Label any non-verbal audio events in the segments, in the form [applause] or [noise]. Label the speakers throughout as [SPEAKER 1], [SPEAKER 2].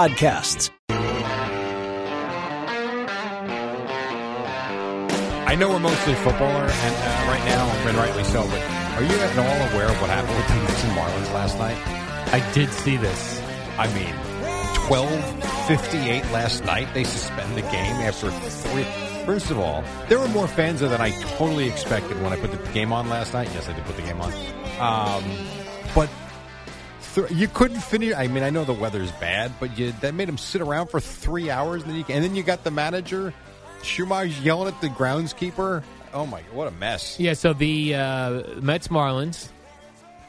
[SPEAKER 1] podcasts.
[SPEAKER 2] I know we're mostly footballer, and uh, right now, and rightly so. But are you at all aware of what happened with the Nixon Marlins last night?
[SPEAKER 3] I did see this.
[SPEAKER 2] I mean, twelve fifty-eight last night. They suspend the game after three. First of all, there were more fans there than I totally expected when I put the game on last night. Yes, I did put the game on. Um, but you couldn't finish. I mean, I know the weather's bad, but you, that made him sit around for three hours, and then you, and then you got the manager Schumacher yelling at the groundskeeper. Oh my, what a mess!
[SPEAKER 3] Yeah. So the uh, Mets Marlins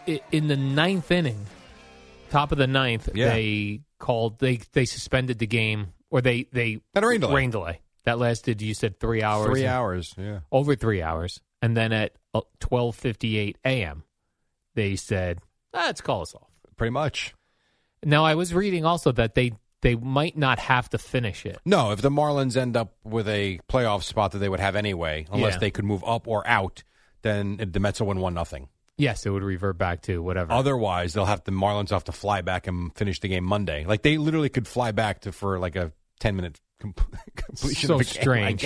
[SPEAKER 3] i- in the ninth inning, top of the ninth,
[SPEAKER 2] Yeah.
[SPEAKER 3] they called they they suspended the game or they they
[SPEAKER 2] That rain delay.
[SPEAKER 3] that lasted. You said three hours.
[SPEAKER 2] Three
[SPEAKER 3] and-
[SPEAKER 2] hours. Yeah.
[SPEAKER 3] over three hours, and then at uh, twelve fifty eight a.m. they said, ah, "Let's call us off."
[SPEAKER 2] Pretty much.
[SPEAKER 3] Now I was reading also that they they might not have to finish it.
[SPEAKER 2] No, if the Marlins end up with a playoff spot that they would have anyway, unless
[SPEAKER 3] Yeah.
[SPEAKER 2] they could move up or out, then the Mets will win one nothing.
[SPEAKER 3] Yes, it would revert back to whatever.
[SPEAKER 2] Otherwise, they'll have the Marlins have to fly back and finish the game Monday. Like they literally could fly back to for like a ten minute com- [laughs] completion.
[SPEAKER 3] so
[SPEAKER 2] of a game,
[SPEAKER 3] strange.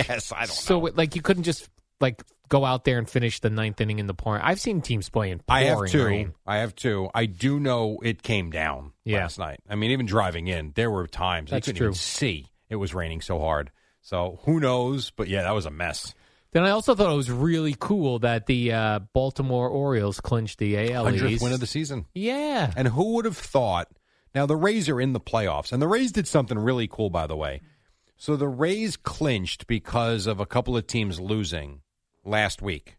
[SPEAKER 2] [laughs] I guess I don't
[SPEAKER 3] so,
[SPEAKER 2] know.
[SPEAKER 3] it- like, you couldn't just like go out there and finish the ninth inning in the pouring. I've seen teams playing.
[SPEAKER 2] I have
[SPEAKER 3] pouring
[SPEAKER 2] two.
[SPEAKER 3] rain.
[SPEAKER 2] I have two. I do know it came down
[SPEAKER 3] Yeah.
[SPEAKER 2] last night. I mean, even driving in, there were times
[SPEAKER 3] That's
[SPEAKER 2] I couldn't
[SPEAKER 3] true.
[SPEAKER 2] even see it was raining so hard. So who knows? But yeah, that was a mess.
[SPEAKER 3] Then I also thought it was really cool that the uh, Baltimore Orioles clinched the AL
[SPEAKER 2] Hundredth
[SPEAKER 3] East.
[SPEAKER 2] win of the season.
[SPEAKER 3] yeah,
[SPEAKER 2] And who would have thought? Now the Rays are in the playoffs, and the Rays did something really cool, by the way. So the Rays clinched because of a couple of teams losing last week.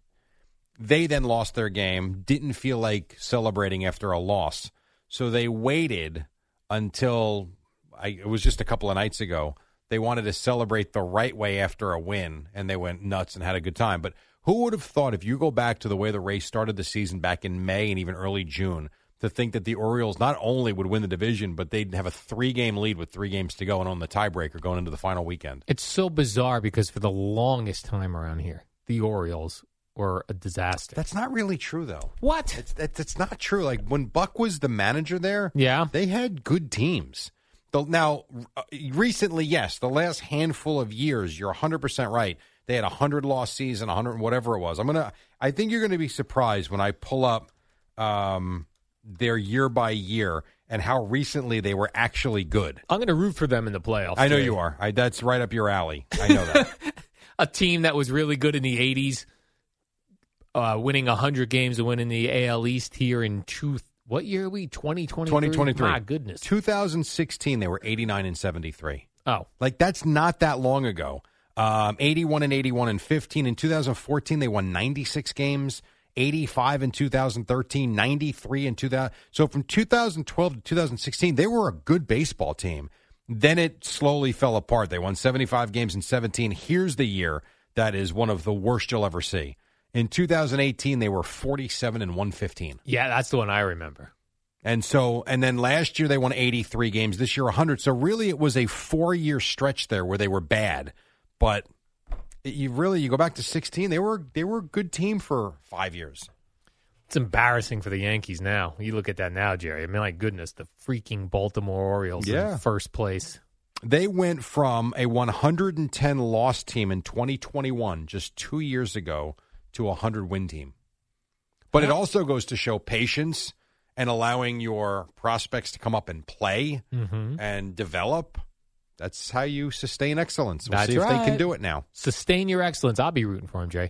[SPEAKER 2] They then lost their game, didn't feel like celebrating after a loss, so they waited until I, it was just a couple of nights ago. They wanted to celebrate the right way after a win, and they went nuts and had a good time. But who would have thought, if you go back to the way the Rays started the season back in May and even early June, to think that the Orioles not only would win the division, but they'd have a three game lead with three games to go and own the tiebreaker going into the final weekend?
[SPEAKER 3] it's so bizarre because for the longest time around here, the Orioles were a disaster.
[SPEAKER 2] That's not really true, though.
[SPEAKER 3] what?
[SPEAKER 2] It's, that's, it's not true. Like when Buck was the manager there,
[SPEAKER 3] Yeah.
[SPEAKER 2] they had good teams. The, now, uh, recently, yes, the last handful of years, you're 100 percent right. They had a hundred loss season, 100 whatever it was. I'm gonna. I think you're gonna be surprised when I pull up um, their year by year and how recently they were actually good.
[SPEAKER 3] I'm going to root for them in the playoffs.
[SPEAKER 2] I know
[SPEAKER 3] today.
[SPEAKER 2] you are. I, that's right up your alley. I know that.
[SPEAKER 3] a team that was really good in the 80s, uh, winning 100 games and winning the AL East here in two. What year are we? 2023?
[SPEAKER 2] 2023.
[SPEAKER 3] My goodness.
[SPEAKER 2] 2016, they were 89 and 73.
[SPEAKER 3] Oh,
[SPEAKER 2] Like that's not that long ago. Um, 81 and 81 and 15 in 2014 they won 96 games, 85 in 2013, 93 in 2000. So from 2012 to 2016 they were a good baseball team. Then it slowly fell apart. They won 75 games in 17. Here's the year that is one of the worst you'll ever see. In 2018 they were 47 and 115.
[SPEAKER 3] yeah, that's the one I remember.
[SPEAKER 2] And so, and then last year they won 83 games, this year 100. So really, it was a four year stretch there where they were bad. But it- you really, you go back to 16, they were they were a good team for five years.
[SPEAKER 3] It's embarrassing for the Yankees now. You look at that now, Jerry. I mean, my goodness, the freaking Baltimore Orioles
[SPEAKER 2] Yeah.
[SPEAKER 3] in first place.
[SPEAKER 2] They went from a 110 loss team in 2021, just two years ago, to a 100 win team. But it also goes to show patience and allowing your prospects to come up and play
[SPEAKER 3] Mm-hmm.
[SPEAKER 2] and develop. That's how you sustain excellence. We'll
[SPEAKER 3] That's
[SPEAKER 2] see if they can
[SPEAKER 3] right.
[SPEAKER 2] do it now.
[SPEAKER 3] Sustain your excellence. I'll be rooting for him, Jay.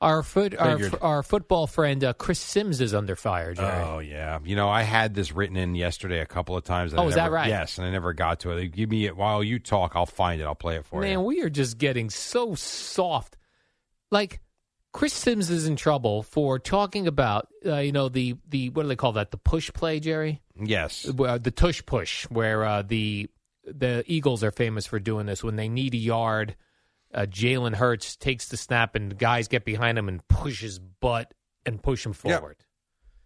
[SPEAKER 3] Our foot, our,
[SPEAKER 2] Figured.
[SPEAKER 3] f- our football friend uh, Chris Sims is under fire, Jay.
[SPEAKER 2] Oh yeah, you know I had this written in yesterday a couple of times. and I
[SPEAKER 3] Oh, is that
[SPEAKER 2] never-
[SPEAKER 3] right?
[SPEAKER 2] Yes, and I never got to it. They Give me it while you talk. I'll find it. I'll play it for
[SPEAKER 3] Man,
[SPEAKER 2] you.
[SPEAKER 3] we are just getting so soft. Like Chris Sims is in trouble for talking about, uh, you know, the the what do they call that? The push play, Jerry.
[SPEAKER 2] yes,
[SPEAKER 3] Uh, the tush push, where uh, the the Eagles are famous for doing this when they need a yard. Uh, Jalen Hurts takes the snap, and the guys get behind him and push his butt and push him
[SPEAKER 2] Yeah,
[SPEAKER 3] forward.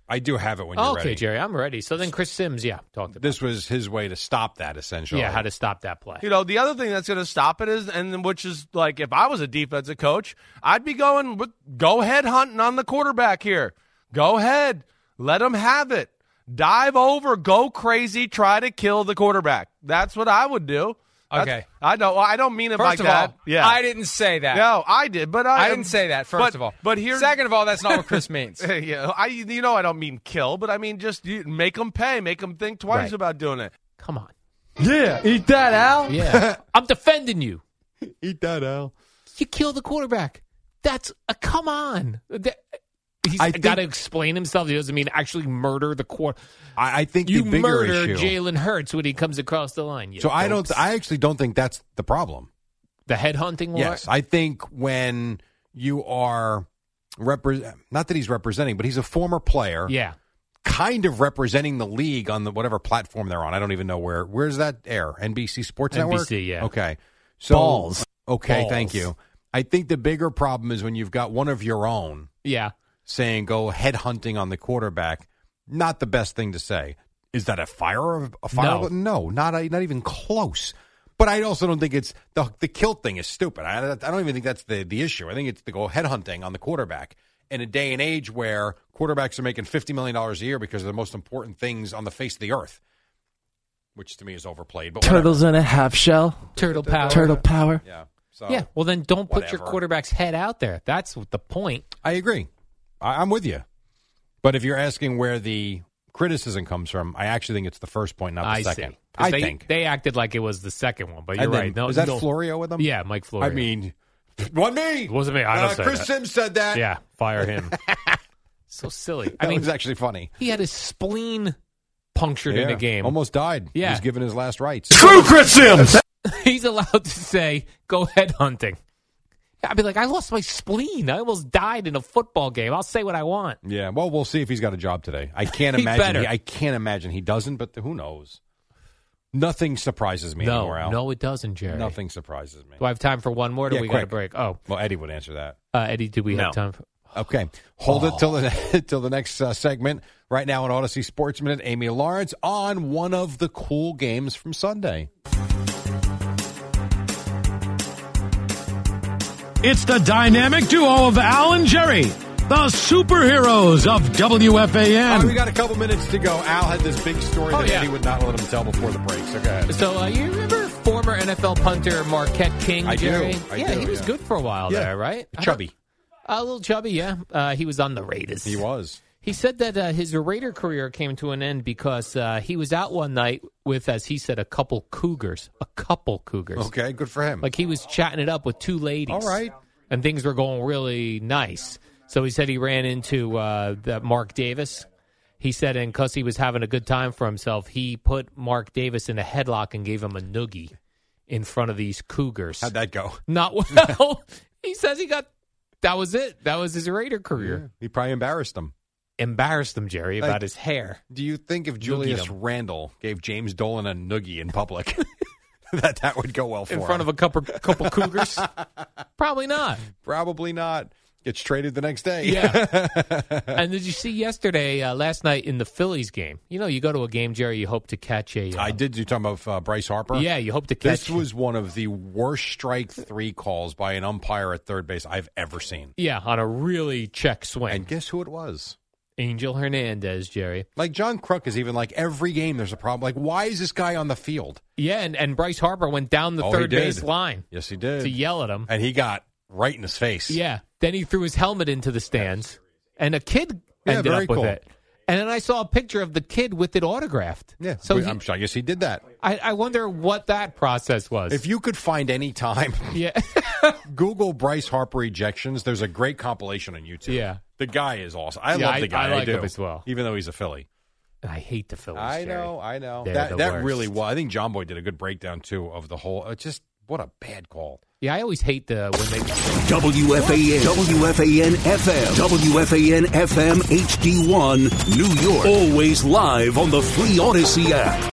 [SPEAKER 2] I do have it when you're
[SPEAKER 3] okay,
[SPEAKER 2] ready.
[SPEAKER 3] Jerry, I'm ready. So then Chris Sims, yeah, talked about
[SPEAKER 2] This was his way to stop that essentially.
[SPEAKER 3] yeah how to stop that play.
[SPEAKER 4] You know, the other thing that's going to stop it is, and which is like, if I was a defensive coach, I'd be going, with- go ahead hunting on the quarterback here. Go ahead. Let him have it. Dive over, go crazy, try to kill the quarterback. That's what I would do. That's-
[SPEAKER 5] Okay.
[SPEAKER 4] I don't, I don't mean it
[SPEAKER 5] First
[SPEAKER 4] like
[SPEAKER 5] of
[SPEAKER 4] that.
[SPEAKER 5] all,
[SPEAKER 4] yeah.
[SPEAKER 5] I didn't say that.
[SPEAKER 4] No, I did, but I,
[SPEAKER 5] I didn't say that. First
[SPEAKER 4] but-
[SPEAKER 5] of all,
[SPEAKER 4] But here.
[SPEAKER 5] Second of all, that's not
[SPEAKER 4] [laughs]
[SPEAKER 5] what Chris means.
[SPEAKER 4] yeah, I you know I don't mean kill, but I mean just you, make them pay, make them think twice
[SPEAKER 3] Right.
[SPEAKER 4] about doing it.
[SPEAKER 3] Come on,
[SPEAKER 4] Yeah, eat that out.
[SPEAKER 3] yeah, I'm defending you.
[SPEAKER 2] eat that out.
[SPEAKER 3] You kill the quarterback. That's a come on. That, he's
[SPEAKER 2] I
[SPEAKER 3] got to
[SPEAKER 2] think-
[SPEAKER 3] explain himself. He doesn't mean actually murder the quarter.
[SPEAKER 2] I, I think
[SPEAKER 3] You
[SPEAKER 2] the bigger
[SPEAKER 3] murder
[SPEAKER 2] issue.
[SPEAKER 3] Jalen Hurts when he comes across the line. you
[SPEAKER 2] so I don't.
[SPEAKER 3] dopes.
[SPEAKER 2] I actually don't think that's the problem.
[SPEAKER 3] the head hunting. war?
[SPEAKER 2] Yes, I think when you are represent, not that he's representing, but he's a former player.
[SPEAKER 3] yeah.
[SPEAKER 2] kind of representing the league on the whatever platform they're on. I don't even know where. Where's that air? NBC Sports Network.
[SPEAKER 3] NBC, yeah.
[SPEAKER 2] Okay. So
[SPEAKER 3] Balls.
[SPEAKER 2] Okay,
[SPEAKER 3] Balls.
[SPEAKER 2] thank you. I think the bigger problem is when you've got one of your own
[SPEAKER 3] Yeah.
[SPEAKER 2] saying go headhunting on the quarterback. Not the best thing to say. Is that a fire? A fire?
[SPEAKER 3] No.
[SPEAKER 2] not not even close. But I also don't think it's the the kill thing is stupid. I, I don't even think that's the the issue. I think it's to go headhunting on the quarterback in a day and age where quarterbacks are making fifty million dollars a year because they're the most important things on the face of the earth, which to me is overplayed. But whatever.
[SPEAKER 6] in a half shell,
[SPEAKER 3] Turtle power.
[SPEAKER 6] power.
[SPEAKER 2] Yeah. So
[SPEAKER 3] Yeah. Well, then don't put your
[SPEAKER 2] Oh. Whatever.
[SPEAKER 3] quarterback's head out there. That's the point.
[SPEAKER 2] I agree. I, I'm with you. But if you're asking where the criticism comes from, I actually think it's the first point, not the
[SPEAKER 3] I
[SPEAKER 2] second.
[SPEAKER 3] see. 'Cause
[SPEAKER 2] I
[SPEAKER 3] they,
[SPEAKER 2] think.
[SPEAKER 3] they acted like it was the second one, but
[SPEAKER 2] And
[SPEAKER 3] you're
[SPEAKER 2] then-
[SPEAKER 3] right. No,
[SPEAKER 2] was that
[SPEAKER 3] no.
[SPEAKER 2] Florio with them?
[SPEAKER 3] Yeah, Mike Florio.
[SPEAKER 2] I mean, [laughs] one me.
[SPEAKER 3] it wasn't me. I don't
[SPEAKER 2] Uh,
[SPEAKER 3] say
[SPEAKER 2] Chris
[SPEAKER 3] that.
[SPEAKER 2] Sims said that.
[SPEAKER 3] Yeah, fire him. [laughs] so silly.
[SPEAKER 2] that
[SPEAKER 3] I mean,
[SPEAKER 2] was actually funny.
[SPEAKER 3] he had his spleen punctured in
[SPEAKER 2] Yeah.
[SPEAKER 3] a game.
[SPEAKER 2] almost died.
[SPEAKER 3] Yeah.
[SPEAKER 2] he was given his last rites.
[SPEAKER 3] [laughs] He's allowed to say, "Go head hunting." I'd be like, "I lost my spleen. I almost died in a football game." I'll say what I want.
[SPEAKER 2] yeah, well, we'll see if he's got a job today.
[SPEAKER 3] [laughs]
[SPEAKER 2] I can't
[SPEAKER 3] He
[SPEAKER 2] imagine.
[SPEAKER 3] better.
[SPEAKER 2] I can't imagine he doesn't. But who knows? Nothing surprises me anymore.
[SPEAKER 3] No,
[SPEAKER 2] Al.
[SPEAKER 3] no, it doesn't, Jerry.
[SPEAKER 2] nothing surprises me.
[SPEAKER 3] Do I have time for one more? Do
[SPEAKER 2] Yeah,
[SPEAKER 3] we got a
[SPEAKER 2] quick.
[SPEAKER 3] break? Oh,
[SPEAKER 2] Well, Eddie would answer that.
[SPEAKER 3] uh, Eddie, do we have time? for
[SPEAKER 2] Okay, hold
[SPEAKER 7] Oh.
[SPEAKER 2] it till the [laughs] till the next uh, segment. Right now on Odyssey Sports Minute, Amy Lawrence on one of the cool games from Sunday.
[SPEAKER 7] It's the dynamic duo of Al and Jerry, the superheroes of
[SPEAKER 2] All right,
[SPEAKER 7] WFAN.
[SPEAKER 2] we got a couple minutes to go. Al had this big story
[SPEAKER 3] Oh,
[SPEAKER 2] that
[SPEAKER 3] yeah.
[SPEAKER 2] Eddie would not let him tell before the break. So go ahead.
[SPEAKER 3] So uh, you remember former NFL punter Marquette King?
[SPEAKER 2] I do.
[SPEAKER 3] Jerry?
[SPEAKER 2] I
[SPEAKER 3] yeah,
[SPEAKER 2] do,
[SPEAKER 3] he was
[SPEAKER 2] yeah.
[SPEAKER 3] good for a while
[SPEAKER 2] Yeah.
[SPEAKER 3] there, right? I
[SPEAKER 2] Chubby.
[SPEAKER 3] don't- A little chubby, yeah. Uh, he was on the Raiders.
[SPEAKER 7] [laughs]
[SPEAKER 2] He was.
[SPEAKER 3] He said that uh, his Raider career came to an end because uh, he was out one night with, as he said, a couple cougars. A couple cougars.
[SPEAKER 2] Okay, good for him.
[SPEAKER 3] Like he was chatting it up with two ladies.
[SPEAKER 2] All right.
[SPEAKER 3] And things were going really nice. So he said he ran into uh, the Mark Davis. He said, and because he was having a good time for himself, he put Mark Davis in a headlock and gave him a noogie in front of these cougars.
[SPEAKER 2] How'd that go? [laughs]
[SPEAKER 3] Not well. he says he got. That was it. That was his Raider career.
[SPEAKER 2] He probably embarrassed him.
[SPEAKER 3] Embarrassed him, Jerry, about
[SPEAKER 2] Like-
[SPEAKER 3] his hair.
[SPEAKER 2] Do you think if Julius
[SPEAKER 3] him.
[SPEAKER 2] Randle gave James Dolan a noogie in public, [laughs] that that would go well for
[SPEAKER 3] in front
[SPEAKER 2] him?
[SPEAKER 3] of a couple couple cougars? [laughs] Probably not.
[SPEAKER 2] Probably not. Gets traded the next day.
[SPEAKER 3] Yeah. and did you see yesterday, uh, last night in the Phillies game? You know, you go to a game, Jerry, you hope to catch a.
[SPEAKER 2] [laughs]
[SPEAKER 3] Uh,
[SPEAKER 2] I did. You talking about uh, Bryce Harper?
[SPEAKER 3] Yeah, you hope to catch.
[SPEAKER 2] This was one of the worst strike three calls by an umpire at third base I've ever seen.
[SPEAKER 3] yeah, on a really check swing.
[SPEAKER 2] And guess who it was?
[SPEAKER 3] Angel Hernandez, Jerry.
[SPEAKER 2] Like John Kruk is even like every game there's a problem. Like why is this guy on the field?
[SPEAKER 3] Yeah, and, and Bryce Harper went down the
[SPEAKER 2] Oh, he
[SPEAKER 3] third
[SPEAKER 2] did.
[SPEAKER 3] base line
[SPEAKER 2] Yes, he did.
[SPEAKER 3] to yell at him.
[SPEAKER 2] and he got right in his face.
[SPEAKER 3] Yeah. Then he threw his helmet into the stands, and a kid
[SPEAKER 2] Yeah,
[SPEAKER 3] ended
[SPEAKER 2] very
[SPEAKER 3] up with
[SPEAKER 2] cool.
[SPEAKER 3] it. And then I saw a picture of the kid with it autographed.
[SPEAKER 2] Yeah.
[SPEAKER 3] So
[SPEAKER 2] So
[SPEAKER 3] he-
[SPEAKER 2] I'm sure, I guess he did that.
[SPEAKER 3] I, I wonder what that process was.
[SPEAKER 2] If you could find any time,
[SPEAKER 3] [laughs] yeah.
[SPEAKER 2] [laughs] Google Bryce Harper ejections. There's a great compilation on YouTube.
[SPEAKER 3] Yeah.
[SPEAKER 2] The guy is awesome. I
[SPEAKER 3] Yeah,
[SPEAKER 2] love
[SPEAKER 3] I-
[SPEAKER 2] the guy.
[SPEAKER 3] I like
[SPEAKER 2] do.
[SPEAKER 3] him as well.
[SPEAKER 2] Even though he's a Philly.
[SPEAKER 3] I hate the Phillies.
[SPEAKER 2] I
[SPEAKER 3] Jerry.
[SPEAKER 2] know, I know.
[SPEAKER 3] They're
[SPEAKER 2] that
[SPEAKER 3] the
[SPEAKER 2] that
[SPEAKER 3] worst.
[SPEAKER 2] really was. I think John Boy did a good breakdown too of the whole. It's just what a bad call.
[SPEAKER 3] Yeah, I always hate the when they.
[SPEAKER 8] WFAN, WFAN FM, WFAN FM HD1, New York. Always live on the Free Odyssey app.